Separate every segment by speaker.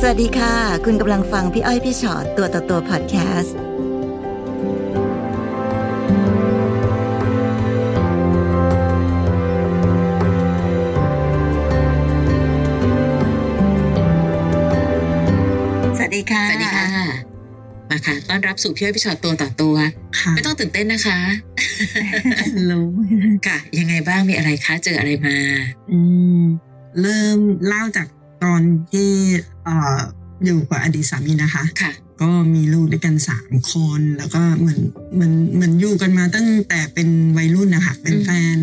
Speaker 1: สวัสดีค่ะ คุณกำลังฟังพี่อ้อยพี่ชอตตัวต่อตัวพอดแคสต์สวัสดีค่ะ
Speaker 2: สวัสดีค่ะ มาค่ะ ต้อนรับสู่พี่อ้อยพี่ชอตตัวต่อตัว
Speaker 1: ค่ะ
Speaker 2: ไม่ต้องตื่นเต้นนะคะ
Speaker 1: รู้
Speaker 2: ค่ะ ยังไงบ้าง มีอะไรคะ เจออะไรมา
Speaker 3: อืมเริ่มเล่าจากตอนที่เอ่ออยู่กับอดีตสามีนะคะ
Speaker 2: ค่ะ
Speaker 3: ก็มีลูกด้วยกันสามคนแล้วก็เหมือนเหมือนเหมือนอยู่กันมาตั้งแต่เป็นวัยรุ่นนะคะเป็นแฟน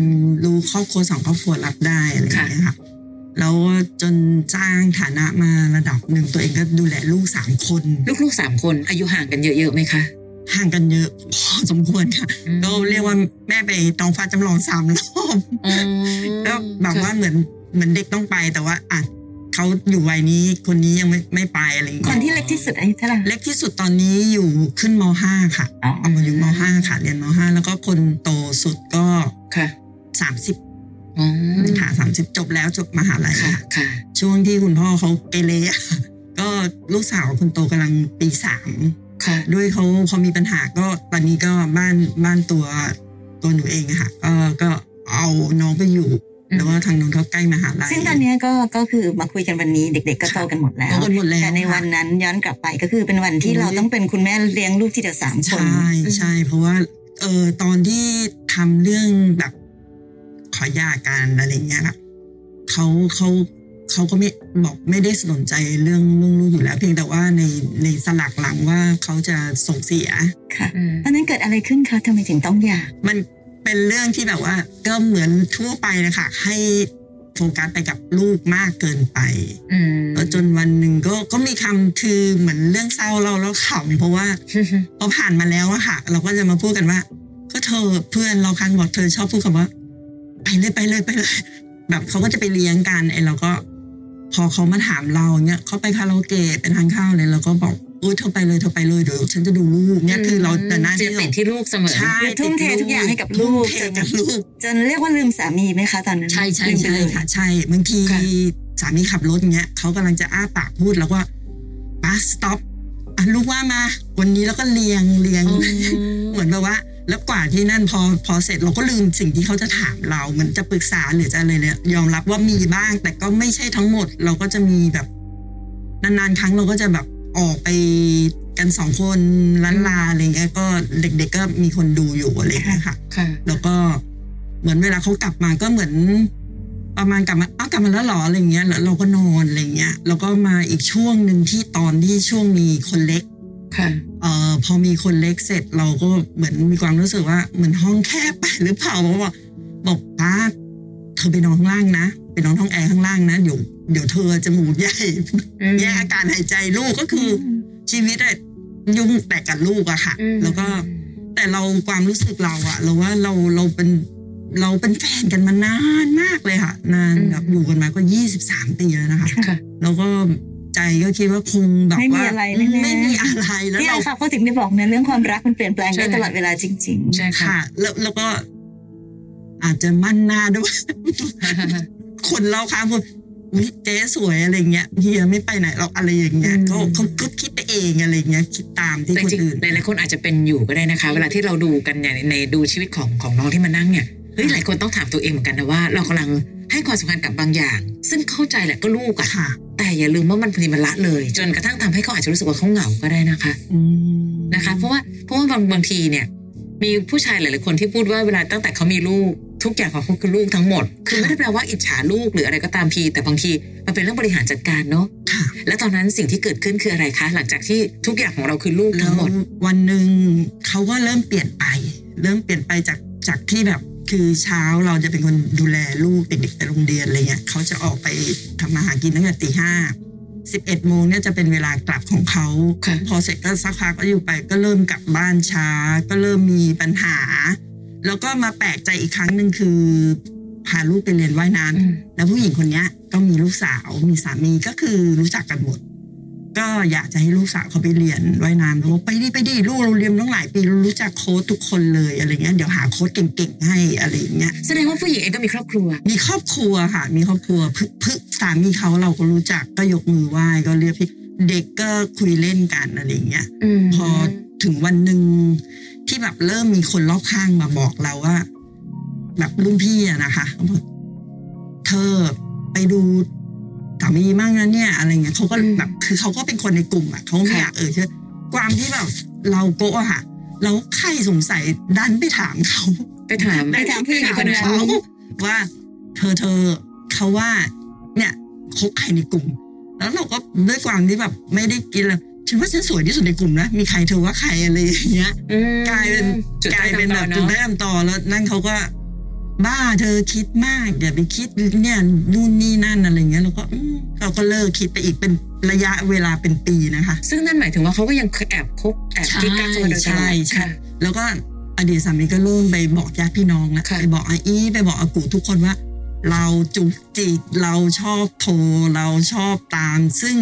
Speaker 3: รู้ครอบครัวสองครอบครัวรับได้อะไรอย่างเงี้ยค่ะแล้วจนสร้างฐานะมาระดับหนึ่งตัวเองก็ดูแลลูกสามคน
Speaker 2: ลูกๆสามคนอายุห่างกันเยอะๆไหมคะ
Speaker 3: ห่างกันเยอะพอสมควรค่ะ
Speaker 2: อืม
Speaker 3: ก็เรียกว่าแม่ไปตองฟ้าจำลองสามรอบ
Speaker 2: อืม
Speaker 3: ก็แบบว่าเหมือนเหมือนเด็กต้องไปแต่ว่าอ่ะเขาอยู่วัยนี้คนนี้ยังไม่ไม่ไปอะไรอย่า
Speaker 1: ค
Speaker 3: งเงี้
Speaker 1: น
Speaker 3: ย
Speaker 1: ที่เล็กที่สุดอายุเท่าไหร่
Speaker 3: เล็กที่สุดตอนนี้อยู่ขึ้นม .5 ค่ะ
Speaker 2: อ๋อ
Speaker 3: เอามาอยู่ม .5 ค่ะ เรียนม .5 แล้วก็คนโตสุดก็
Speaker 2: ค่ะ
Speaker 3: 30
Speaker 2: อ๋อ
Speaker 3: ค่ะ30 จบแล้วจบมหาลัย
Speaker 2: ค่ะ
Speaker 3: ค่ะ
Speaker 2: ค่ะ
Speaker 3: ช่วงที่คุณพ่อเขาเกเรอะก็ลูกสาวคนโตกำลังปีสาม
Speaker 2: ค่ะ
Speaker 3: ด้วยเขาเขามีปัญหาก็ตอนนี้ก็บ้านบ้านตัวตัวหนูเองอะค่ะก็ก็เอาน้องไปอยู่
Speaker 2: อืม
Speaker 3: แต่ว่าทางนู้นเขาใกล้มหาลัย
Speaker 1: ซึ่งตอนเนี้ยก็ก็คือมาคุยกันวันนี้เด็ก ๆ ก็โตกันหมดแล้
Speaker 3: โต
Speaker 1: ว
Speaker 3: กันหมดแล้ว
Speaker 1: แต่ในวันนั้นย้อนกลับไปก็คือเป็นวันที่เราต้องเป็นคุณแม่เลี้ยงลูกทีเดียวสามคน
Speaker 3: ใช่ใช่เพราะว่าเออตอนที่ทำเรื่องแบบขอหย่ากันอะไรเงี้ยค่ะเขาเขาเขาก็ไม่บอกไม่ได้สนใจเรื่องเรื่องลูกอยู่แล้ว เพียงแต่ว่าในในสลักหลังว่าเขาจะส่งเสีย
Speaker 1: ค่ะ
Speaker 2: อืม
Speaker 1: ตอนนั้นเกิดอะไรขึ้นคะทำไมถึงต้องหย่า
Speaker 3: มันเป็นเรื่องที่แบบว่า ก็เหมือนทั่วไปนะคะให้โฟกัสไปกับลูกมากเกินไป
Speaker 2: อืม
Speaker 3: จนวันหนึ่งก็ก็มีคำคือเหมือนเรื่องเศร้าเราเราขำเพราะว่า พอผ่านมาแล้วอะค่ะ เราก็จะมาพูดกันว่า ก็เธอเพื่อนเราคันบอกเธอชอบพูดคำว่า ไปเลยไปเลยไปเลย แบบเขาก็จะไปเลี้ยงกันไอ้เราก็ พอเขามาถามเราเนี่ยเขาไปคาราโอเกะไปทานข้าวเลยเราก็บอกเออเธอไปเลยเธอไปเลยเดี๋ยวฉันจะดูลูกเนี่ยคือเราแต่หน้า
Speaker 2: จะ
Speaker 3: ที่เรา
Speaker 2: ติดที่ลูกเสมอ
Speaker 3: ใช่
Speaker 1: ทุ่มเททุกอย่างให้กับลูก
Speaker 3: ทุ่มเทกับลูก
Speaker 1: จนเรียกว่าลืมสามีไหมคะตอนนั้น
Speaker 3: ใช่ใช่
Speaker 1: ลืมไป
Speaker 3: ใช่
Speaker 1: เลย
Speaker 3: ค่ะใช่บางที
Speaker 2: ค่ะ
Speaker 3: สามีขับรถเงี้ยเขากำลังจะอ้าปากพูดแล้วว่าป้าสต็อปอ่ะลูกว่ามา วันนี้แล้วก็เลียงเลียง
Speaker 2: อืม
Speaker 3: เหมือนแบบว่า แล้วกว่าที่นั่นพอพอเสร็จเราก็ลืมสิ่งที่เขาจะถามเราเหมือนจะปรึกษาหรือจะอะไรเลยยอมรับว่ามีบ้าง แต่ก็ไม่ใช่ทั้งหมด เราก็จะมีแบบนานๆครั้งเราก็จะแบบออกไปกันสองคนล้านลาอะไรเงี้ยก็เด็ก ๆก็มีคนดูอยู่อะไรเงี้ยค่ะ
Speaker 2: ค่ะ
Speaker 3: แล้วก็เหมือนเวลาเขากลับมาก็เหมือน ประมาณกลับมาอ้าวกลับมาแล้วเหรออะไรเงี้ยแล้วเราก็นอนอะไรเงี้ยแล้วก็มาอีกช่วงหนึ่งที่ตอนที่ช่วงมีคนเล็ก
Speaker 2: ค่ะ
Speaker 3: เอ่อพอมีคนเล็กเสร็จเราก็เหมือนมีความรู้สึกว่าเหมือนห้องแคบไปหรือเปล่าเพราะว่าบอกป้าเธอไปนอนข้างล่างนะไปนอนห้องแอร์ข้างล่างนะเดี๋ยวเดี๋ยวเธอจะหมูกใหญ่
Speaker 2: อืม
Speaker 3: แยกอากาศหายใจลูกก็คืออชีวิตอะยุ่งแต่กับลูกอะค่ะ
Speaker 2: อืม
Speaker 3: แล้วก็แต่เราความรู้สึกเราอะเราว่าเราเราเป็นเราเป็นแฟนกันมานานมากเลยค่ะนาน
Speaker 2: อืม
Speaker 3: แบบอยู่กันมาก็ยี่สิบสามปีแล้วนะคะ
Speaker 2: ค่ะ
Speaker 3: แล้วก็ใจก็คิดว่าคงแบบ
Speaker 1: ไม่มี
Speaker 3: ว่า
Speaker 1: อะไรแน่ๆ
Speaker 3: ไม่มีอะไรแล้ว
Speaker 1: นี่แห
Speaker 3: เรา
Speaker 1: ละค่ะเขาถึงได้บอกนะเรื่องความรักมันเปลี่ยนแปลง
Speaker 2: ใช่
Speaker 1: ได้ตลอดเวลาจริง
Speaker 2: ใช่ค่ะ
Speaker 3: ค่ะแล้วแล้วก็อาจจะมั่นหน้าด้วย คนเราค้างคนอุ๊ยเจ๊สวยอะไรเงี้ยเฮียไม่ไปไหนเราอะไรอย่างเงี้ย
Speaker 2: อืม
Speaker 3: เขาเขาก็คิดไปเองอะไรเงี้ยคิดตามที่
Speaker 2: แต่
Speaker 3: คน
Speaker 2: จริง
Speaker 3: อื่น
Speaker 2: หลายๆคนอาจจะเป็นอยู่ก็ได้นะคะ เวลาที่เราดูกันเนี่ยในในดูชีวิตของของน้องที่มานั่งเนี่ยเฮ้ยหลายคนต้องถามตัวเองเหมือนกันนะว่า เรากำลังให้ความสำคัญกับบางอย่าง ซึ่งเข้าใจแหละก็ลูกอะ
Speaker 3: ค่ะ
Speaker 2: แต่อย่าลืมว่ามันพอดีมันละเลย จนกระทั่งทำให้เขาอาจจะรู้สึกว่าเขาเหงาก็ได้นะคะ
Speaker 3: อืม
Speaker 2: นะคะ เพราะว่าเพราะว่าบางบางทีเนี่ย มีผู้ชายหลาย ๆ คนที่พูดว่าเวลาตั้งแต่เขามีลูกทุกอย่างของเขาคือลูกทั้งหมด คือไม่ได้แปลว่าอิจฉาลูกหรืออะไรก็ตามทีแต่บางทีมันเป็นเรื่องบริหารจัดการเนาะ
Speaker 3: ค่ะ
Speaker 2: และตอนนั้นสิ่งที่เกิดขึ้นคืออะไรคะ หลังจากที่ทุกอย่างของเราคือลูก
Speaker 3: แล้
Speaker 2: ทั้
Speaker 3: ว
Speaker 2: งหมด
Speaker 3: วันหนึ่งเขาก็เริ่มเปลี่ยนไป เริ่มเปลี่ยนไปจากจากที่แบบ คือเช้าเราจะเป็นคนดูแลลูกเด็กๆไปโรงเรียนอะไรเงี้ยเขาจะออกไปทำมาหากินตั้งแต่ตีห้าสิบเอ็ดโมงเนี่ยจะเป็นเวลากลับของเขา
Speaker 2: ค่ะ
Speaker 3: พอเสร็จก็สักพักก็อยู่ไปก็เริ่มกลับบ้านช้า ก็เริ่มมีปัญหา แล้วก็มาแปลกใจอีกครั้งหนึ่งคือ พาลูกไปเรียนว่ายน้ำแล้วผู้หญิงคนเนี้ยก็มีลูกสาวมีสามีก็คือรู้จักกันหมด ก็อยากจะให้ลูกสาวเขาไปเรียนว่ายน้ำแล้วบอกไปดิไปดิลูกเราเรียนตั้งหลายปีรู้จักโค้ชทุกคนเลยอะไรเงี้ยเดี๋ยวหาโค้ชเก่งๆให้อะไรอย่างเงี้ย
Speaker 2: แสดงว่าผู้หญิงเองก็มีครอบครัว
Speaker 3: มีครอบครัวค่ะ มีครอบครัวพึพึสามีเขาเราก็รู้จักก็ยกมือไหว้ก็เรียกพี่ เด็กก็คุยเล่นกันอะไรอย่างเงี้ย
Speaker 2: ม
Speaker 3: พอถึงวันหนึ่งที่แบบเริ่มมีคนรอบข้างมาบอกเราว่า แบบรุ่นพี่อะนะคะเขาบอกเธอไปดูสามีมั่งนะเนี่ย อะไรเงี้ยเขาก็แบบ คือเขาก็เป็นคนในกลุ่มอะเขาไม่อยากเอ่ยชื่อความที่แบบเราโกะอะค่ะแล้วใครสงสัยดันไปถามเขา
Speaker 2: ไปถาม
Speaker 1: ไปถามผู้หญิงคนนั้น
Speaker 3: ว่า เธอเธอเขาว่า เนี่ยคบใครในกลุ่ม แล้วเราก็ด้วยความที่แบบไม่ได้กินแล้วฉันว่าฉันสวยที่สุดในกลุ่มนะมีใครเธอว่าใครอะไรอย่างเงี้ย
Speaker 2: อืม
Speaker 3: กลายเป็น
Speaker 2: จุด
Speaker 3: ก
Speaker 2: ใต้
Speaker 3: ลายเป็น
Speaker 2: ตำ
Speaker 3: แบ
Speaker 2: อบเน
Speaker 3: จุด
Speaker 2: อะ
Speaker 3: ได้ลำต่อแล้วนั่นเขาก็ บ้าเธอคิดมากอย่าไปคิดเนี่ยนู่นนี่นั่นอะไรเงี้ยเราก็อืมเราก็เลิกคิดไปอีกเป็นระยะเวลาเป็นปีนะคะ
Speaker 2: ซึ่งนั่นหมายถึงว่าเขาก็ยังแอบคบแอบกิ๊กกักกันมาโดยตลอด
Speaker 3: ใช่ใช่
Speaker 2: ค่ะ
Speaker 3: แล้วก็อดีตสามีก็เริ่มไปบอกญาติพี่น้องแล้ว
Speaker 2: ค่ะ
Speaker 3: ไปบอกอาอีไปบอกอากูทุกคนว่า เราจุกจิกเราชอบโทรเราชอบตาม ซึ่ง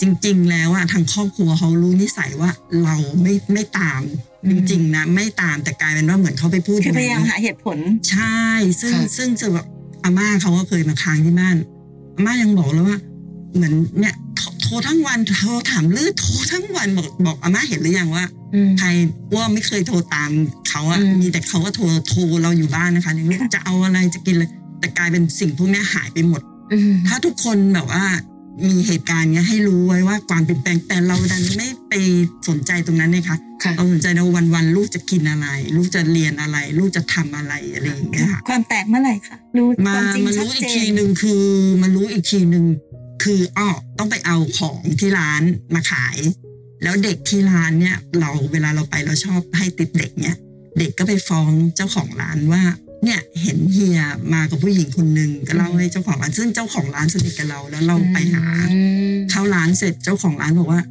Speaker 3: จริง ๆ แล้วอะทางครอบครัวเขารู้นิสัยว่าเราไม่ไม่ตามจริง ๆ นะไม่ตามแต่กลายเป็นว่าเหมือนเขาไปพูด
Speaker 1: คือพยายาม
Speaker 3: นั้น
Speaker 1: หาเหตุผล
Speaker 3: ใช่ ซึ่ง
Speaker 2: ค่ะ
Speaker 3: ซึ่งจะแบบอาม่าเขาก็เคยมาค้างที่บ้านอาม่ายังบอกเลยว่า เหมือนเนี่ยโทรโทรทั้งวันโทรถามลือโทรทั้งวันบอกบอกอาม่าเห็นหรือยังว่า
Speaker 2: อืม
Speaker 3: ใครว่าไม่เคยโทรตามเขาอะ
Speaker 2: อืม
Speaker 3: มีแต่เขาก็โทรโทรเราอยู่บ้านนะคะยังไม่รู้จะเอาอะไรจะกินเลยแต่กลายเป็นสิ่งพวกเนี้ยหายไปหมด
Speaker 2: อืม
Speaker 3: ถ้าทุกคนแบบว่ามีเหตุการณ์เนี้ยให้รู้ไว้ว่าความเปลี่ยนแปลงแต่เราดันไม่ไปสนใจตรงนั้นเนี่ยค่ะ
Speaker 2: ค่ะ
Speaker 3: เราสนใจในวันวันๆลูกจะกินอะไร ลูกจะเรียนอะไร ลูกจะทำอะไรอะไรอย่างเงี้ยค่ะ
Speaker 1: ความแตกเมื่อไหร่คะรู้
Speaker 3: มา
Speaker 1: ความจริง
Speaker 3: มา
Speaker 1: ชัด
Speaker 3: รู้อี
Speaker 1: เจ
Speaker 3: กที
Speaker 1: น
Speaker 3: หนึ่งคือมารู้อีกทีหนึ่งคืออ้อต้องไปเอาของที่ร้านมาขาย แล้วเด็กที่ร้านเนี่ย เราเวลาเราไปเราชอบให้ติดเด็กเนี่ย เด็กก็ไปฟ้องเจ้าของร้านว่า เนี่ยเห็นเฮียมากับผู้หญิงคนหนึ่งก็เล่าให้เจ้าของร้านซึ่งเจ้าของร้านสนิทกับเราแล้วเราไปหา
Speaker 2: อืม
Speaker 3: เข้าร้านเสร็จเจ้าของร้านบอกว่า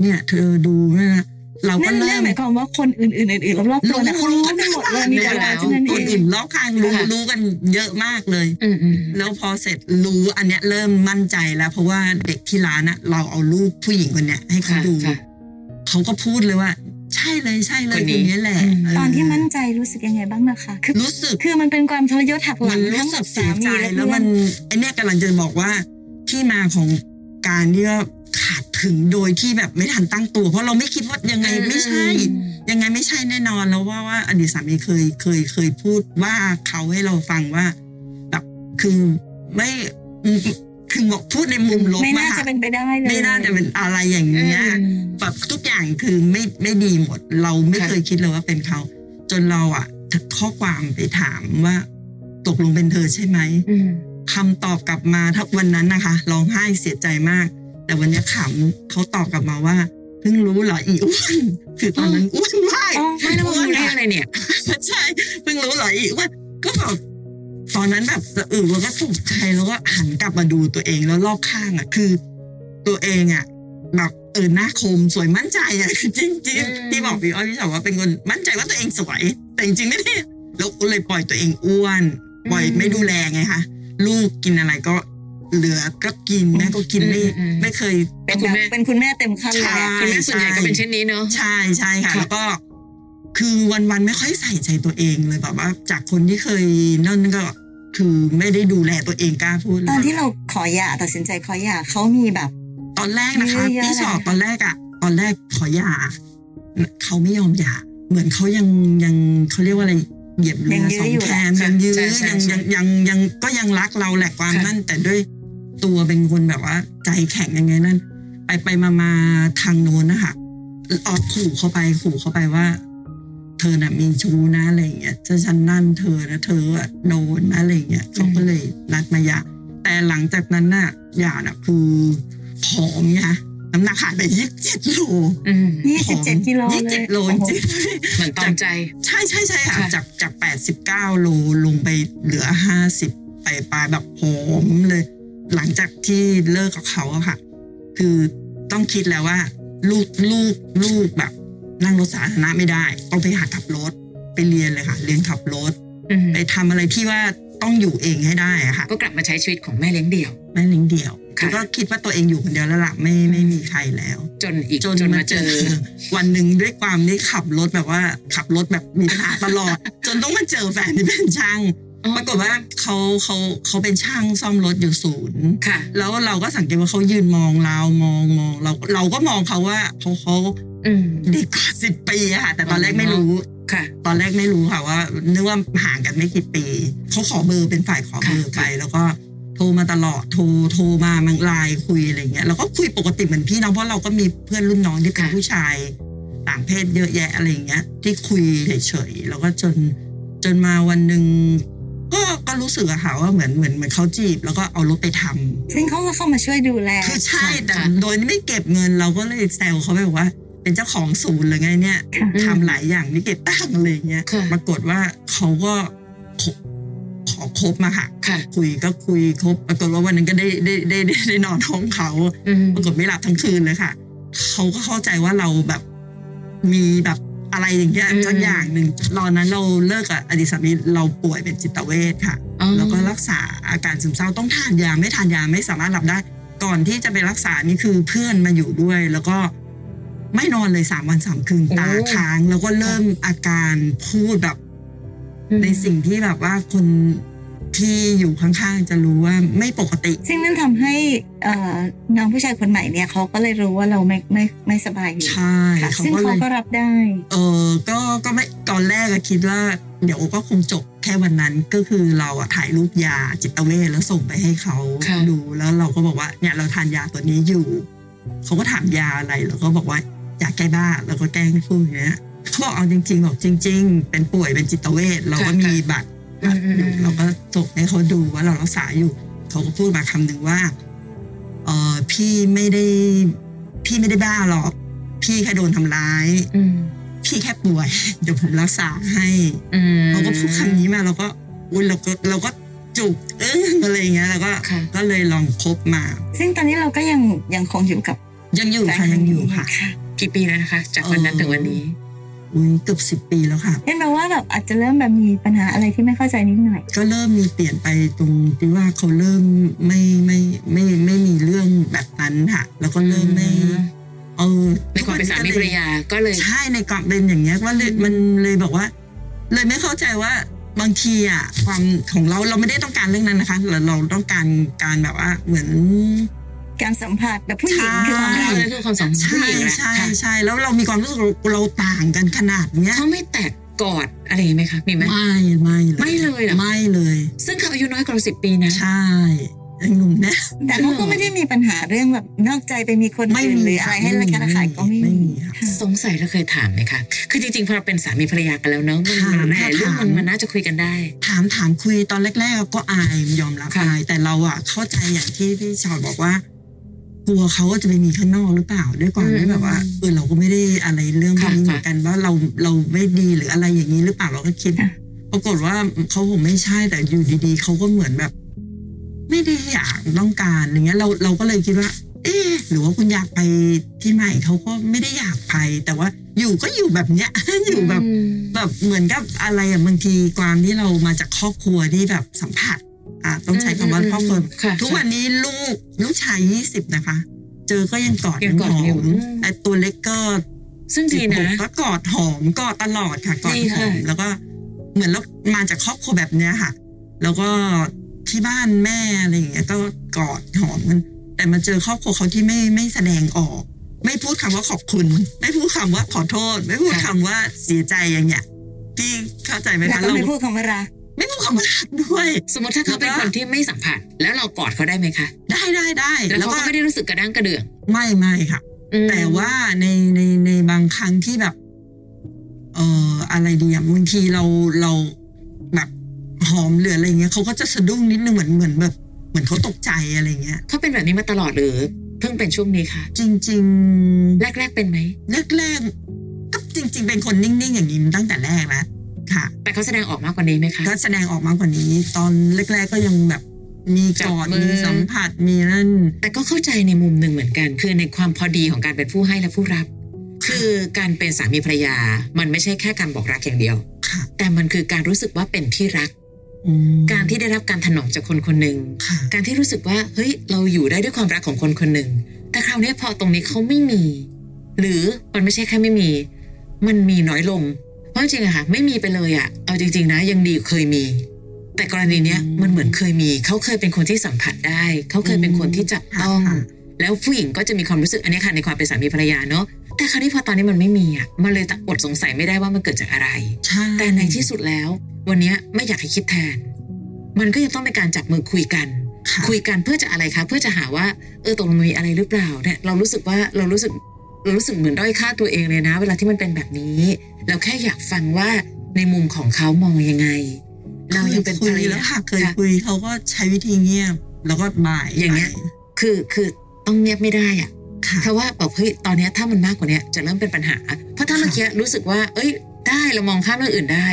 Speaker 3: เนี่ยเธอดูนะเราก็
Speaker 1: นั่นเรื่อง
Speaker 3: เริ่ม
Speaker 1: หมายความว่าคนอื่นๆอื่นๆรอบๆตัวเนี่ยเขารู้กันหมดเลยมีแต่เราเท่านั้น
Speaker 3: ค
Speaker 1: เอน ง
Speaker 3: อื่นรอบข้างรู้
Speaker 2: ค่ะ
Speaker 3: รู้กันเยอะมากเลย
Speaker 2: อืมอืม
Speaker 3: แล้วพอเสร็จรู้อันเนี้ยเริ่มมั่นใจแล้ว เพราะว่าเด็กที่ร้านอะเราเอารูปผู้หญิงคนเนี้ยให้เขา
Speaker 2: ค่ะ
Speaker 3: ดู
Speaker 2: ค่ะ
Speaker 3: เขาก็พูดเลยว่า ใช่เลยใช่เลย
Speaker 2: คนนี้
Speaker 3: คนนี้แหละ
Speaker 2: อืม
Speaker 3: เ
Speaker 1: ตอนที่มั่นใจรู้สึกยังไงบ้างนะคะ คือ
Speaker 3: รู้สึก
Speaker 1: คือมันเป็นความทรยศหักห
Speaker 3: มั
Speaker 1: ลั
Speaker 3: น
Speaker 1: ง
Speaker 3: รู้
Speaker 1: ทั้ง
Speaker 3: สึก
Speaker 1: สา
Speaker 3: เสีย
Speaker 1: มี
Speaker 3: ใจ
Speaker 1: และ
Speaker 3: แล้
Speaker 1: เพื่
Speaker 3: ว
Speaker 1: อ
Speaker 3: มัน นไอเนี้ยกำลังจะบอกว่าที่มาของการที่ว่าขาดถึงโดยที่แบบไม่ทันตั้งตัว เพราะเราไม่คิดว่ายังไงไม่ใช่
Speaker 2: อืม
Speaker 3: ยังไงไม่ใช่แน่นอนแล้วว่าว่าอดีตสามีเคยเคยเคยพูดว่าเขาให้เราฟังว่า แบบคือไม่อืมคือบอกพูดในมุมลบ
Speaker 1: ไม่น่า
Speaker 3: อะ
Speaker 1: จะ
Speaker 3: ค่ะ
Speaker 1: เป็นไปได้เลย
Speaker 3: ไม่น่าจะเป็นอะไรอย่างเงี้ยแบบทุกอย่างคือไม่ไม่ดีหมด เราไม่
Speaker 2: ค่ะ
Speaker 3: เคยคิดเลยว่าเป็นเขา จนเราอ่ะทักข้อความไปถามว่า ตกลงเป็นเธอใช่ไหม
Speaker 2: อืม
Speaker 3: คำตอบกลับมาถ้าวันนั้นนะคะร้องไห้เสียใจมาก แต่วันเนี้ยขำเขาตอบกลับมาว่าเพิ่งรู้เหรออีอ้วนคือตอนนั้นอ้วนมาก
Speaker 1: อ๋อ
Speaker 2: ไม่แล้วว่ามูลเรื่องอะไรเนี่ย
Speaker 3: ใช่เพิ่งรู้เหรออีกว่าก็แบบตอนนั้นแบบสะอึกแล้วก็ตกใจแล้วก็หันกลับมาดูตัวเองแล้วรอบข้างอ่ะคือ ตัวเองอ่ะแบบเออหน้าคมสวยมั่นใจอ่ะ คือจริง
Speaker 2: อืม
Speaker 3: ๆที่บอกพี่อ้อยพี่สาวว่าเป็นคนมั่นใจว่าตัวเองสวย แต่จริงๆไม่ได้แล้วก็เลยปล่อยตัวเองอ้วน ปล่อยไม่ดูแลไงคะลูกกินอะไรก็เหลือก็กินแม่ก็กินไม่ไม่เคย
Speaker 1: เป็นแบบเป็นคุณแม่เต็มขั้นเลยอะ
Speaker 3: ใช่
Speaker 2: คุณแม่ส่วนใหญ่ก็เป็นเช่นนี้เนาะ
Speaker 3: ใช่ใช่ค่ะ
Speaker 2: ค่ะ
Speaker 3: แล้วก็ คือวันวันๆไม่ค่อยใส่ใจตัวเองเลยแบบว่า จากคนที่เคยนั่นก็คือไม่ได้ดูแลตัวเองกล้าพูดเลย
Speaker 1: ตอนที่เราขอหย่าตัดสินใจขอหย่าเขามีแบบ
Speaker 3: ตอนแรกนะคะ
Speaker 1: เยอะๆ
Speaker 3: พี่สอบ
Speaker 1: เลย
Speaker 3: ตอนแรกอะตอนแรกขอหย่าเขาไม่ยอมหย่าเหมือนเขายังยังเขาเรียกว่าอะไรเหยียบเรือสองแคมยังยื้อ
Speaker 2: ใช่ใช่
Speaker 3: ยัง
Speaker 2: ใช่
Speaker 3: ยังยังยังก็ยังรักเราแหละความ
Speaker 2: ค่ะ
Speaker 3: นั่น แต่ด้วยตัวเป็นคนแบบว่า ใจแข็งยังไงนั่น ไปไปมามาทางโน้นนะคะออกขู่เข้าไปขู่เข้าไปว่า เธอน่ะมีชู้นะอะไรอย่างเงี้ยจะฉันนั่นเธอนะเธออะโดนนะอะไรอย่างเงี้ยเขาก็เลยนัดมาหย่าแต่หลังจากนั้นน่ะหย่าน่ะคือผอมไงน้ำหนักหายไปยี่สิบเจ็ดโล
Speaker 2: อืม
Speaker 1: ยี่สิบเจ็ดกิโล
Speaker 3: ยี่สิบ
Speaker 1: เล
Speaker 3: เจ็
Speaker 1: ย
Speaker 3: ดโลจ
Speaker 1: โอ้โห
Speaker 3: ริง
Speaker 2: เหมือนตอมใจ
Speaker 3: ๆใช่ใช่ใช่ค่ะ
Speaker 2: ค่ะ
Speaker 3: จากจากแปดสิบเก้าโลลงไปเหลือห้าสิบไปปลายๆแบบผอมเลย หลังจากที่เลิกกับเขาอะค่ะ คือต้องคิดแล้วว่า ลูกลูกลูกแบบ นั่งรถสาธารณะไม่ได้ ต้องไปหาขับรถไปเรียนเลยค่ะ เรียนขับรถ
Speaker 2: อืม
Speaker 3: ไปทำอะไรที่ว่าต้องอยู่เองให้ได้อะค่ะ
Speaker 2: ก็กลับมาใช้ชีวิตของแม่เลี้ยงเดี่ยว
Speaker 3: แม่เลี้ยงเดี่ยว
Speaker 2: ค่ะ
Speaker 3: ก็คิดว่าตัวเองอยู่คนเดียวแล้วล่ะไม่ไม่มีใครแล้ว
Speaker 2: จนอีกจนมาเจอ
Speaker 3: วันหนึ่งด้วย ความที่ขับรถแบบว่า ขับรถแบบมีปัญหาตลอด จนต้องมาเจอแฟนที่เป็นช่าง
Speaker 2: อ๋อ
Speaker 3: ปรากฏว่าเขาเขาเขาเป็นช่างซ่อมรถอยู่ศูนย์
Speaker 2: ค่ะ
Speaker 3: แล้วเราก็สังเกตว่าเขายืนมองเรามองมองเราเราก็มองเขาว่าเขาเขา
Speaker 2: อืม
Speaker 3: เด็กกว่าสิบปีอะค่ะ แต่ตอนแรก
Speaker 2: อ๋อ
Speaker 3: ไม่รู้
Speaker 2: ค่ะ
Speaker 3: ตอนแรกไม่รู้ค่ะว่านึกว่าห่างกันไม่กี่ปีเขาขอเบอร์เป็นฝ่ายขอเบอร์
Speaker 2: ค่ะ
Speaker 3: ไป แล้วก็โทรมาตลอดโทรโทรมามังไลน์คุยอะไรเงี้ยเราก็คุยปกติเหมือนพี่น้องเพราะเราก็มีเพื่อนรุ่นน้องที่เป็น
Speaker 2: ค่ะ
Speaker 3: ผู้ชายต่างเพศเยอะแยะอะไรเงี้ย ที่คุยเฉยๆแล้วก็จนจนมาวันหนึ่งก็ก็รู้สึกอะค่ะว่าเหมือนเหมือนเหมือนเขาจีบ แล้วก็เอารถไปทำ
Speaker 1: ซึ่งเขาก็เข้ามาช่วยดูแล
Speaker 3: คือใช่
Speaker 2: ค่ะ
Speaker 3: แต่
Speaker 2: ค่ะ
Speaker 3: โดยไม่เก็บเงินเราก็เลยแซวเขาไปบอกว่า เป็นเจ้าของศูนย์หรือไงเนี่ย
Speaker 1: ค่ะ
Speaker 3: ทำหลายอย่างไม่เก็บตังค์อะไรเงี้ย
Speaker 2: ค่ะ
Speaker 3: ปรากฏว่าเขาก็ขอขอคบมาค่ะ
Speaker 2: ค่ะ
Speaker 3: คุยก็คุยคบปรากฏว่าวันนั้นก็ได้ได้ได้ได้ได้นอนห้องเขา
Speaker 2: อืม
Speaker 3: ปรากฏไม่หลับทั้งคืนเลยค่ะเขาก็เข้าใจว่าเราแบบมีแบบอะไรอย่างเงี้ย
Speaker 2: อืม
Speaker 3: สักอย่างหนึ่งตอนนั้นเราเลิกกับอดีตสามีเราป่วยเป็นจิตเวชค่ะ
Speaker 2: อ๋อ
Speaker 3: แล้วก็รักษาอาการซึมเศร้าต้องทานยาไม่ทานยาไม่สามารถหลับได้ ก่อนที่จะไปรักษานี่คือเพื่อนมาอยู่ด้วย แล้วก็ไม่นอนเลยสามวันสามคืนตาค้าง แล้วก็เริ่มอาการพูดแบบ ในสิ่งที่แบบว่าคนที่อยู่ข้างๆจะรู้ว่าไม่ปกติ
Speaker 1: ซึ่งนั่นทำให้เอ่อน้องผู้ชายคนใหม่เนี่ยเขาก็เลยรู้ว่าเราไม่ไม่ไม่สบายอยู่
Speaker 3: ใช่
Speaker 1: ค่ะ
Speaker 3: เขา
Speaker 1: ซึ่ง
Speaker 3: ก็เล
Speaker 1: เขา
Speaker 3: ย
Speaker 1: ก็รับได้
Speaker 3: เออก็ก็ไม่ตอนแรกอะคิดว่า เดี๋ยวก็คงจบแค่วันนั้นก็คือเราอะถ่ายรูปยาจิตเวชแล้วส่งไปให้เขา
Speaker 2: ค่ะ
Speaker 3: ดูแล้วเราก็บอกว่าเนี่ยเราทานยาตัวนี้อยู่ เขาก็ถามยาอะไรเราก็บอกว่าอยากแก้บ้าเราก็แกล้งพูดอย่างเงี้ยเขาบอกเอาจริง ๆ บอกจริง ๆ เป็นป่วยเป็นจิตเวชเราก็มีบัตร
Speaker 2: อืมอืมอืม
Speaker 3: เราก็ส่งให้เขาดูว่าเรารักษาอยู่ เขาก็พูดมาคำหนึ่งว่าเออพี่ไม่ได้ พี่ไม่ได้บ้าหรอก พี่แค่โดนทำร้าย
Speaker 2: อืม
Speaker 3: พี่แค่ป่วย เดี๋ยวผมรักษาให้
Speaker 2: อืม
Speaker 3: เขาก็พูดคำนี้มาเราก็อุ้ยเราก็เราก็จุกเอออะไรอย่างเงี้ยแล้วก็
Speaker 2: ค่ะ
Speaker 3: ก็เลยลองคบมา
Speaker 1: ซึ่งตอนนี้เราก็ยังยังคงอยู่กับ
Speaker 3: ยังอยู่
Speaker 1: แฟน
Speaker 3: ค่ะยังอยู่ค่ะ
Speaker 2: กี่ปีแล้วนะคะ จากวันนั้นถึงวันนี้
Speaker 3: อุ้ยเกือบสิบปีแล้วค่ะ
Speaker 1: เห็นแปลว่าแบบอาจจะเริ่มแบบมีปัญหาอะไรที่ไม่เข้าใจนิดหน่อย
Speaker 3: ก็เริ่มมีเปลี่ยนไปตรงที่ว่าเขาเริ่มไม่ไม่ไม่ไม่มีเรื่องแบบนั้นค่ะ แล้วก็เริ่มไม่
Speaker 2: อืม
Speaker 3: เออ
Speaker 2: ในความเป็นสามีภรรยาก็เลย
Speaker 3: ใช่ในความเป็นอย่างเงี้ยว่าเลยมันเลยบอกว่า เลยไม่เข้าใจว่าบางทีอ่ะความของเราเราไม่ได้ต้องการเรื่องนั้นนะคะเราเราต้องการการแบบว่าเหมือน
Speaker 1: การสัมผัสแบบผู้หญิงคือความรัก
Speaker 2: นั่นคือความสัมพันธ์ผู้
Speaker 3: ใช่
Speaker 2: หญิงแหละ
Speaker 3: ใช่
Speaker 2: ค่ะ
Speaker 3: ใช่แล้วเรามีความรู้สึกเราต่างกันขนาดเนี้ย
Speaker 2: เขาไม่แตกกอดอะไรไหมคะมีไหม
Speaker 3: ไม่ไม่เลย
Speaker 2: ไม่เลยเหรอ
Speaker 3: ไม่เลย
Speaker 2: ซึ่งเขาอายุน้อยกว่าเราสิบปีนะ
Speaker 3: ใช่ยังหนุ่มแน่
Speaker 1: แต่เขาก็ไม่ได้มีปัญหาเรื่องแบบนอกใจไปมีคน
Speaker 3: ไม่
Speaker 1: อื่น
Speaker 3: มี
Speaker 1: หรืออะไรให้ราคาขายก็ไม่
Speaker 3: ไม่มี
Speaker 1: มี
Speaker 3: ค่ะ
Speaker 1: ค่ะ
Speaker 2: สงสัยเราเคยถามไหมคะคือจริงๆพอเราเป็นสามีภรรยากันแล้วเนอะมัน
Speaker 3: ถาม
Speaker 2: มันหลาย
Speaker 3: ค่ะ
Speaker 2: เรื่อง
Speaker 3: ถาม
Speaker 2: มันมันน่าจะคุยกันได้
Speaker 3: ถามถามคุยตอนแรกๆก็อายยอมรับ
Speaker 2: ค่ะ
Speaker 3: อายแต่เราอะเข้าใจอย่างที่พี่ชาวบอกว่า กลัวเขาจะไปมีข้างนอกหรือเปล่าด้วยความที่แบบว่าเออเราก็ไม่ได้อะไรเรื่องพวกนี้เหมือนกันว่าเราเราไม่ดีหรืออะไรอย่างนี้หรือเปล่าเราก็คิด
Speaker 1: ค่ะ
Speaker 3: ปรากฏว่าเขาผมไม่ใช่แต่อยู่ดีๆเขาก็เหมือนแบบ ไม่ได้อยากต้องการอย่างเงี้ยเราเราก็เลยคิดว่า เอ๊ะหรือว่าคุณอยากไปที่ใหม่เขาก็ไม่ได้อยากไป แต่ว่าอยู่ก็อยู่แบบเนี้ย อยู่แบบ
Speaker 2: อืม
Speaker 3: แบบเหมือนกับอะไรอ่ะบางทีความที่เรามาจากครอบครัวที่แบบสัมผัสอ่ะต้องใช้คำว่า
Speaker 2: อืมอืม
Speaker 3: ครอบครัว
Speaker 2: ค่ะ
Speaker 3: ทุกวันนี้ลูกลูกชายยี่สิบนะคะ เจอก็ยังกอด
Speaker 2: ยังกอด
Speaker 3: หอ
Speaker 2: อยู่
Speaker 3: ม
Speaker 2: อืม
Speaker 3: ไอ้ตัวเล็กก็
Speaker 2: ซึ่ง
Speaker 3: สิ
Speaker 2: ดี
Speaker 3: บห
Speaker 2: นะ
Speaker 3: กก็กอดหอมกอดตลอดค่ะกอด
Speaker 2: ดี
Speaker 3: หอ
Speaker 2: ค่ะ
Speaker 3: มแล้วก็เหมือนเรามาจากครอบครัวแบบเนี้ยค่ะ แล้วก็ที่บ้านแม่อะไรอย่างเงี้ยก็กอดหอมกันแต่มาเจอครอบครัวเขาที่ไม่ไม่แสดงออก ไม่พูดคำว่าขอบคุณ ไม่พูดคำว่าขอโทษ ไม่พูดคำว่าเสียใจอย่างเงี้ยพี่เข้าใจไหม
Speaker 1: แล้ว
Speaker 3: คะ
Speaker 1: ก็
Speaker 3: เรา
Speaker 1: ไม่พูดคำว่ารัก
Speaker 3: ไม่พูดคำว่ารักด้วย
Speaker 2: สมมติถ้าเขาเป็น
Speaker 3: แล้วก็
Speaker 2: คนที่ไม่สัมผัส แล้วเรากอดเขาได้ไหมคะ
Speaker 3: ได้ได้ได้
Speaker 2: แล้วเขาก็ไม่ได้รู้สึกกระด้างกระเดื่อง
Speaker 3: ไม่ไม่ค่ะ
Speaker 2: อืม
Speaker 3: แต่ว่าในในในบางครั้งที่แบบ เอ่ออะไรดีอะบางทีเราเราแบบหอมเหลืออะไรเงี้ยเขาก็จะสะดุ้งนิดนึงเหมือนเหมือนแบบ เหมือนเขาตกใจอะไรเงี้ย
Speaker 2: เขาเป็นแบบนี้มาตลอดหรือ เพิ่งเป็นช่วงนี้คะ
Speaker 3: จริง ๆ
Speaker 2: แรก ๆ เป็นไหม
Speaker 3: แรกๆก็จริง ๆ เป็นคนนิ่ง ๆ อย่างนี้มาตั้งแต่แรกแล้วค่ะ
Speaker 2: แต่เขาแสดงออกมากกว่านี้ไหมคะ
Speaker 3: ก็แสดงออกมากกว่านี้ ตอนแรก ๆ ก็ยังแบบมี
Speaker 2: จั
Speaker 3: ก
Speaker 2: บ
Speaker 3: อด
Speaker 2: มือ
Speaker 3: มีสัมผัสมีนั่น
Speaker 2: แต่ก็เข้าใจในมุมหนึ่งเหมือนกัน คือในความพอดีของการเป็นผู้ให้และผู้รับ คือการเป็นสามีภรรยา มันไม่ใช่แค่การบอกรักอย่างเดียว
Speaker 3: ค่ะ
Speaker 2: แต่มันคือการรู้สึกว่าเป็นที่รัก
Speaker 3: อืม
Speaker 2: การที่ได้รับการถนอมจากคนคนหนึ่ง
Speaker 3: ค่ะ
Speaker 2: การที่รู้สึกว่าเฮ้ยเราอยู่ได้ด้วยความรักของคนคนหนึ่ง แต่คราวนี้พอตรงนี้เขาไม่มี หรือมันไม่ใช่แค่ไม่มี มันมีน้อยลง เพราะจริงๆอะค่ะ ไม่มีไปเลยอะเอาจริง ๆ นะ ยังดีกว่าเคยมี แต่กรณีเนี้ยมันเหมือนเคยมี เขาเคยเป็นคนที่สัมผัสได้ เขาเคยเป็นคนที่จับต้อง
Speaker 3: ค่ะ
Speaker 2: แล้วผู้หญิงก็จะมีความรู้สึกอันนี้ค่ะในความเป็นสามีภรรยาเนอะแต่คราวนี้พอตอนนี้มันไม่มีอ่ะมันเลยจะอดสงสัยไม่ได้ว่ามันเกิดจากอะไร
Speaker 3: ใช่
Speaker 2: แต่ในที่สุดแล้ว วันเนี้ยไม่อยากให้คิดแทน มันก็ยังต้องเป็นการจับมือคุยกัน
Speaker 3: ค่ะ
Speaker 2: คุยกันเพื่อจะอะไรคะเพื่อจะหาว่าเออตกลงมันมีอะไรหรือเปล่าเนี่ยเรารู้สึกว่าเรารู้สึกเรารู้สึกเหมือนด้อยค่าตัวเองเลยนะ เวลาที่มันเป็นแบบนี้เราแค่อยากฟังว่าในมุมของเขามองยังไง เรายังเป็น
Speaker 3: คุ
Speaker 2: ภรร
Speaker 3: ยแล้
Speaker 2: ยาว
Speaker 3: ค่ะเคย
Speaker 2: ค่ะ
Speaker 3: คุยเขาก็ใช้วิธีเงียบ แล้วก็บ่าย
Speaker 2: อย่างเงี้ย คือคือต้องเงียบไม่ได้อ่ะ
Speaker 3: ค่ะ
Speaker 2: เพราะว่าแบบเฮ้ยตอนเนี้ยถ้ามันมากกว่าเนี้ยจะเริ่มเป็นปัญหา เพราะถ้า
Speaker 3: ค่ะ
Speaker 2: เมื่อกี้รู้สึกว่า เอ้ย ได้เรามองข้ามเรื่องอื่นได้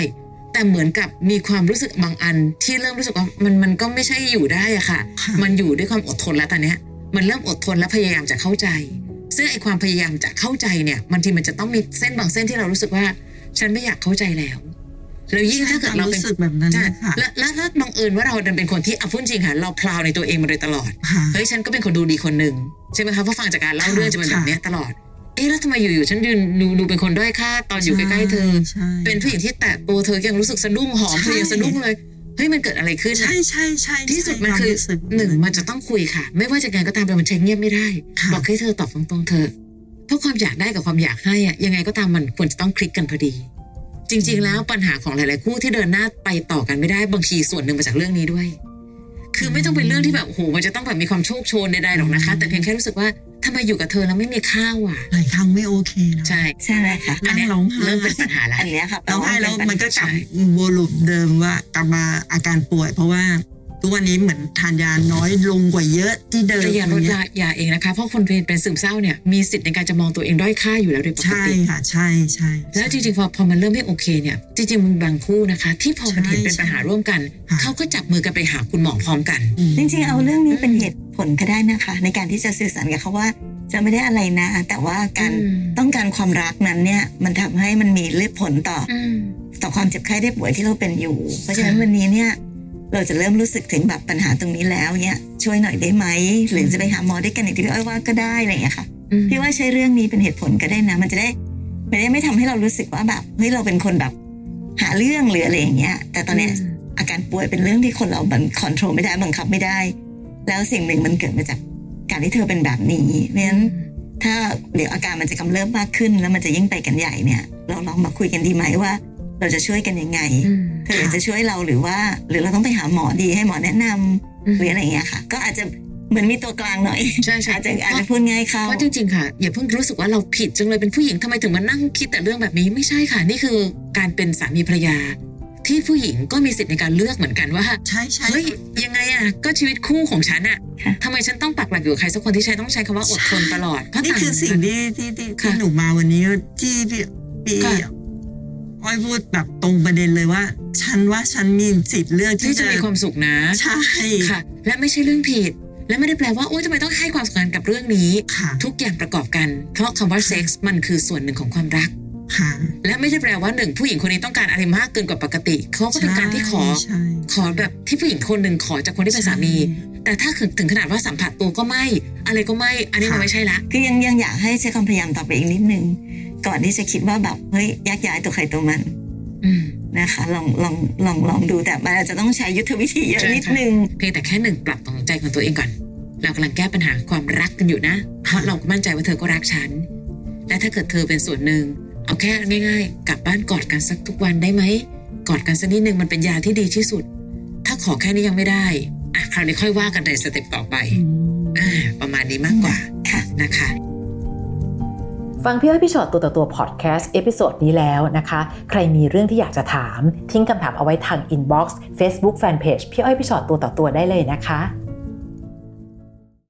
Speaker 2: แต่เหมือนกับมีความรู้สึกบางอัน ที่เริ่มรู้สึกว่ามันมันก็ไม่ใช่อยู่ได้อะค่ะ
Speaker 3: ค่ะ
Speaker 2: มันอยู่ด้วยความอดทนแล้วตอนเนี้ยมันเริ่มอดทนและพยายามจะเข้าใจ ซึ่งไอความพยายามจะเข้าใจเนี่ยบางทีมันจะต้องมีเส้นบางเส้นที่เรารู้สึกว่า ฉันไม่อยากเข้าใจแล้วแล้วยิ่งถ้าเกิดเราเป็น
Speaker 3: รู้สึกแบบนั้น
Speaker 2: ใช่
Speaker 3: ค่ะ
Speaker 2: และและและบังเอิญว่าเราดันเป็นคนที่อ่ะพูดจริงค่ะเราพลาวในตัวเองมาโดยตลอด
Speaker 3: ค่ะ
Speaker 2: เฮ้ยฉันก็เป็นคนดูดีคนหนึ่งใช่ไหมคะเพราะฟังจากการเล่าเรื่องจะเป็นแบบเนี้ยตลอด เอ๊ะแล้วทำไมอยู่ๆฉันยืนดูดูเป็นคนด้อยค่าตอนอยู่ใกล้ๆเธอ
Speaker 3: ใช่
Speaker 2: เป็นผู้หญิงที่แตะตัวเธอยังรู้สึกสะดุ้งหอมเธอยังสะดุ้งเลยเฮ้ยมันเกิดอะไรขึ้นอะ
Speaker 3: ใช่ใช่ใช่
Speaker 2: ที่สุดมันคือ
Speaker 3: วารู้สึก
Speaker 2: หนึ่งมันจะต้องคุยค่ะ ไม่ว่าจะไงก็ตามแต่มันใช้เงียบไม่ได้
Speaker 3: ค่ะ
Speaker 2: บอกให้เธอตอบตรงๆเธอะเพราะความอยากได้กับความอยากให้อะยังไงก็ตามมันควรจะต้องคลิกกันพอดี จริง ๆ แล้วปัญหาของหลาย ๆ คู่ที่เดินหน้าไปต่อกันไม่ได้บางทีส่วนหนึ่งมาจากเรื่องนี้ด้วย คือไม่ต้องเป็นเรื่องที่แบบโอ้โหมันจะต้องแบบมีความโชคโชนใดๆหรอกนะคะ แต่เพียงแค่รู้สึกว่าทำไมอยู่กับเธอแล้วไม่มีข้าวอ่ะ
Speaker 3: หลายครั้งไม่โอเคนะ
Speaker 2: ใช่
Speaker 1: ใช่ไหมคะ
Speaker 2: อันเนี้ย
Speaker 3: นั่งร้องไห้
Speaker 2: เริ่มเป็นปัญหาแล้ว
Speaker 1: อันเนี้ยค่ะป
Speaker 3: แล้ว
Speaker 1: ว่า
Speaker 3: ให้แล้ว
Speaker 1: เป็
Speaker 3: มันก็กลับ
Speaker 2: ใช่
Speaker 3: วอลุ่มเดิมว่ากลับมาอาการป่วย เพราะว่าทุกวันนี้เหมือนทานยาน้อยลงกว่าเยอะที่เดิม
Speaker 2: แต่อย่าลด
Speaker 3: เนี่ย
Speaker 2: ยายาเองนะคะ เพราะคนเป็นเป็นซึมเศร้าเนี่ยมีสิทธิ์ในการจะมองตัวเองด้อยค่าอยู่แล้วโดยปก
Speaker 3: ใช่
Speaker 2: ติ
Speaker 3: ค่ะ ใช่ใช่ใช่
Speaker 2: แล้วจริงๆพอพอมันเริ่มไม่โอเคเนี่ยจริงๆมันบางคู่นะคะ ที่พอมันเห็นเป็น
Speaker 3: ใช่
Speaker 2: ปัญหาร่วมกัน
Speaker 3: ค่ะ
Speaker 2: เขาก็จับมือกันไปหาคุณหมอพร้อมกัน
Speaker 3: อืม
Speaker 1: จริงๆเอาเรื่องนี้เป็นเหตุผลก็ได้นะคะ ในการที่จะสื่อสารกับเขาว่าจะไม่ได้อะไรนะ แต่ว่าการ
Speaker 2: อืม
Speaker 1: ต้องการความรักนั้นเนี่ยมันทำให้มันมีเลือดผลต่อ ต่อความเจ็บไข้ได้ป่วยที่เราเป็นอยู่ เพราะฉะนั้น
Speaker 2: ค่ะ
Speaker 1: วันนี้เนี่ยเราจะเริ่มรู้สึกถึงแบบปัญหาตรงนี้แล้วเนี่ยช่วยหน่อยได้ไหม หรือจะไปหาหมอด้วยกันอย่างที่พี่อ้อยว่าก็ได้อะไรอย่างเงี้ยค่ะ
Speaker 2: อืม
Speaker 1: พี่ว่าใช้เรื่องนี้เป็นเหตุผลก็ได้นะ มันจะได้ไม่ได้ไม่ทำให้เรารู้สึกว่าแบบเฮ้ยเราเป็นคนแบบหาเรื่องหรืออะไรอย่างเงี้ย แต่ตอนเนี้ยอาการป่วยเป็นเรื่องที่คนเราบังคอนโทรลไม่ได้บังคับไม่ได้ แล้วสิ่งหนึ่งมันเกิดมาจากการที่เธอเป็นแบบนี้เพราะฉะนั้น ถ้าเดี๋ยวอาการมันจะกำเริบมากขึ้นแล้วมันจะยิ่งไปกันใหญ่เนี่ย เราลองมาคุยกันดีไหมว่า เราจะช่วยกันยังไงเธออยากจะช่วยเราหรือว่า หรือเราต้องไปหาหมอดีให้หมอแนะนำหรืออะไรอย่างเงี้ยค่ะ ก็อาจจะเหมือนมีตัวกลางหน่อย
Speaker 2: ใช่ใช่
Speaker 1: อาจจะอาจจะพูดง่ายเข้า
Speaker 2: เพราะจริงๆค่ะ อย่าเพิ่งรู้สึกว่าเราผิดจังเลยเป็นผู้หญิงทำไมถึงมานั่งคิดแต่เรื่องแบบนี้ไม่ใช่ค่ะ นี่คือการเป็นสามีภรรยา ที่ผู้หญิงก็มีสิทธิ์ในการเลือกเหมือนกันว่า
Speaker 3: ใช่ใช่
Speaker 2: เฮ้ยยังไงอ่ะก็ชีวิตคู่ของฉันอ่ะ
Speaker 1: ค่ะ
Speaker 2: ทำไมฉันต้องปักหลักอยู่กับใครสักคนที่ใช้ต้องใช้คำว่าอดทนตลอดเพราะ
Speaker 3: นี่
Speaker 2: ต่าง
Speaker 3: คือสิ่งที่ที่ที่
Speaker 2: ค่ะ
Speaker 3: ที่หนูมาวันนี้ที่พี่พี่
Speaker 2: ค่ะ
Speaker 3: อ้อยพูดแบบตรงประเด็นเลยว่า ฉันว่าฉันมีสิทธิ์เลือก
Speaker 2: ที่
Speaker 3: ที่
Speaker 2: จะ
Speaker 3: จะ
Speaker 2: มีความสุขนะ
Speaker 3: ใช่
Speaker 2: ค่ะ และไม่ใช่เรื่องผิด และไม่ได้แปลว่าโอ๊ยทำไมต้องให้ความสำคัญกับเรื่องนี้
Speaker 3: ค่ะ
Speaker 2: ทุกอย่างประกอบกัน เพราะคำว่าเซ็กส์มันคือส่วนหนึ่งของความรัก
Speaker 3: ค่ะ
Speaker 2: และไม่ได้แปลว่าหนึ่งผู้หญิงคนนี้ต้องการอะไรมากเกินกว่าปกติเขาก็เป็นการที่ขอ
Speaker 3: ใช่
Speaker 2: ขอแบบที่ผู้หญิงคนหนึ่งขอจากคนที่เป็นสามี แต่ถ้าถึงขนาดว่าสัมผัสตัวก็ไม่ อะไรก็ไม่ อันนี้มันไม่ใช่ละ
Speaker 1: คือยังยังอยากให้ใช้ความพยายามต่อไปอีกนิดนึงก่อนที่จะคิดว่าแบบเฮ้ยแยกย้ายตัวใครตัวมัน
Speaker 2: อืม
Speaker 1: นะคะ ลองลองลองลองดูแต่มันอาจจะต้องใช้ยุทธวิธีเยอะ
Speaker 2: ใช่
Speaker 1: นิด
Speaker 2: ค่ะ
Speaker 1: นึง
Speaker 2: เพียงแต่แค่หนึ่งปรับความสนใจของตัวเองก่อน เรากำลังแก้ปัญหาความรักกันอยู่นะ เพราะเราก็มั่นใจว่าเธอก็รักฉัน และถ้าเกิดเธอเป็นส่วนหนึ่ง เอาแค่ง่าย ๆ กลับบ้านกอดกันสักทุกวันได้ไหม กอดกันสักนิดหนึ่งมันเป็นยาที่ดีที่สุด ถ้าขอแค่นี้ยังไม่ได้ อ่ะคราวนี้ค่อยว่ากันในสเต็ปต่อไป
Speaker 3: อืม
Speaker 2: อ่า ประมาณนี้มากกว่า
Speaker 1: ค่ะ
Speaker 2: นะคะ
Speaker 4: ฟังพี่อ้อยพี่ชอตตัวต่อตัวพอดแคสต์เอพิโซดนี้แล้วนะคะ ใครมีเรื่องที่อยากจะถาม ทิ้งคำถามเอาไว้ทางอินบ็อกซ์เฟซบุ๊กแฟนเพจพี่อ้อยพี่ชอตตัวต่อตัวได้เลยนะคะ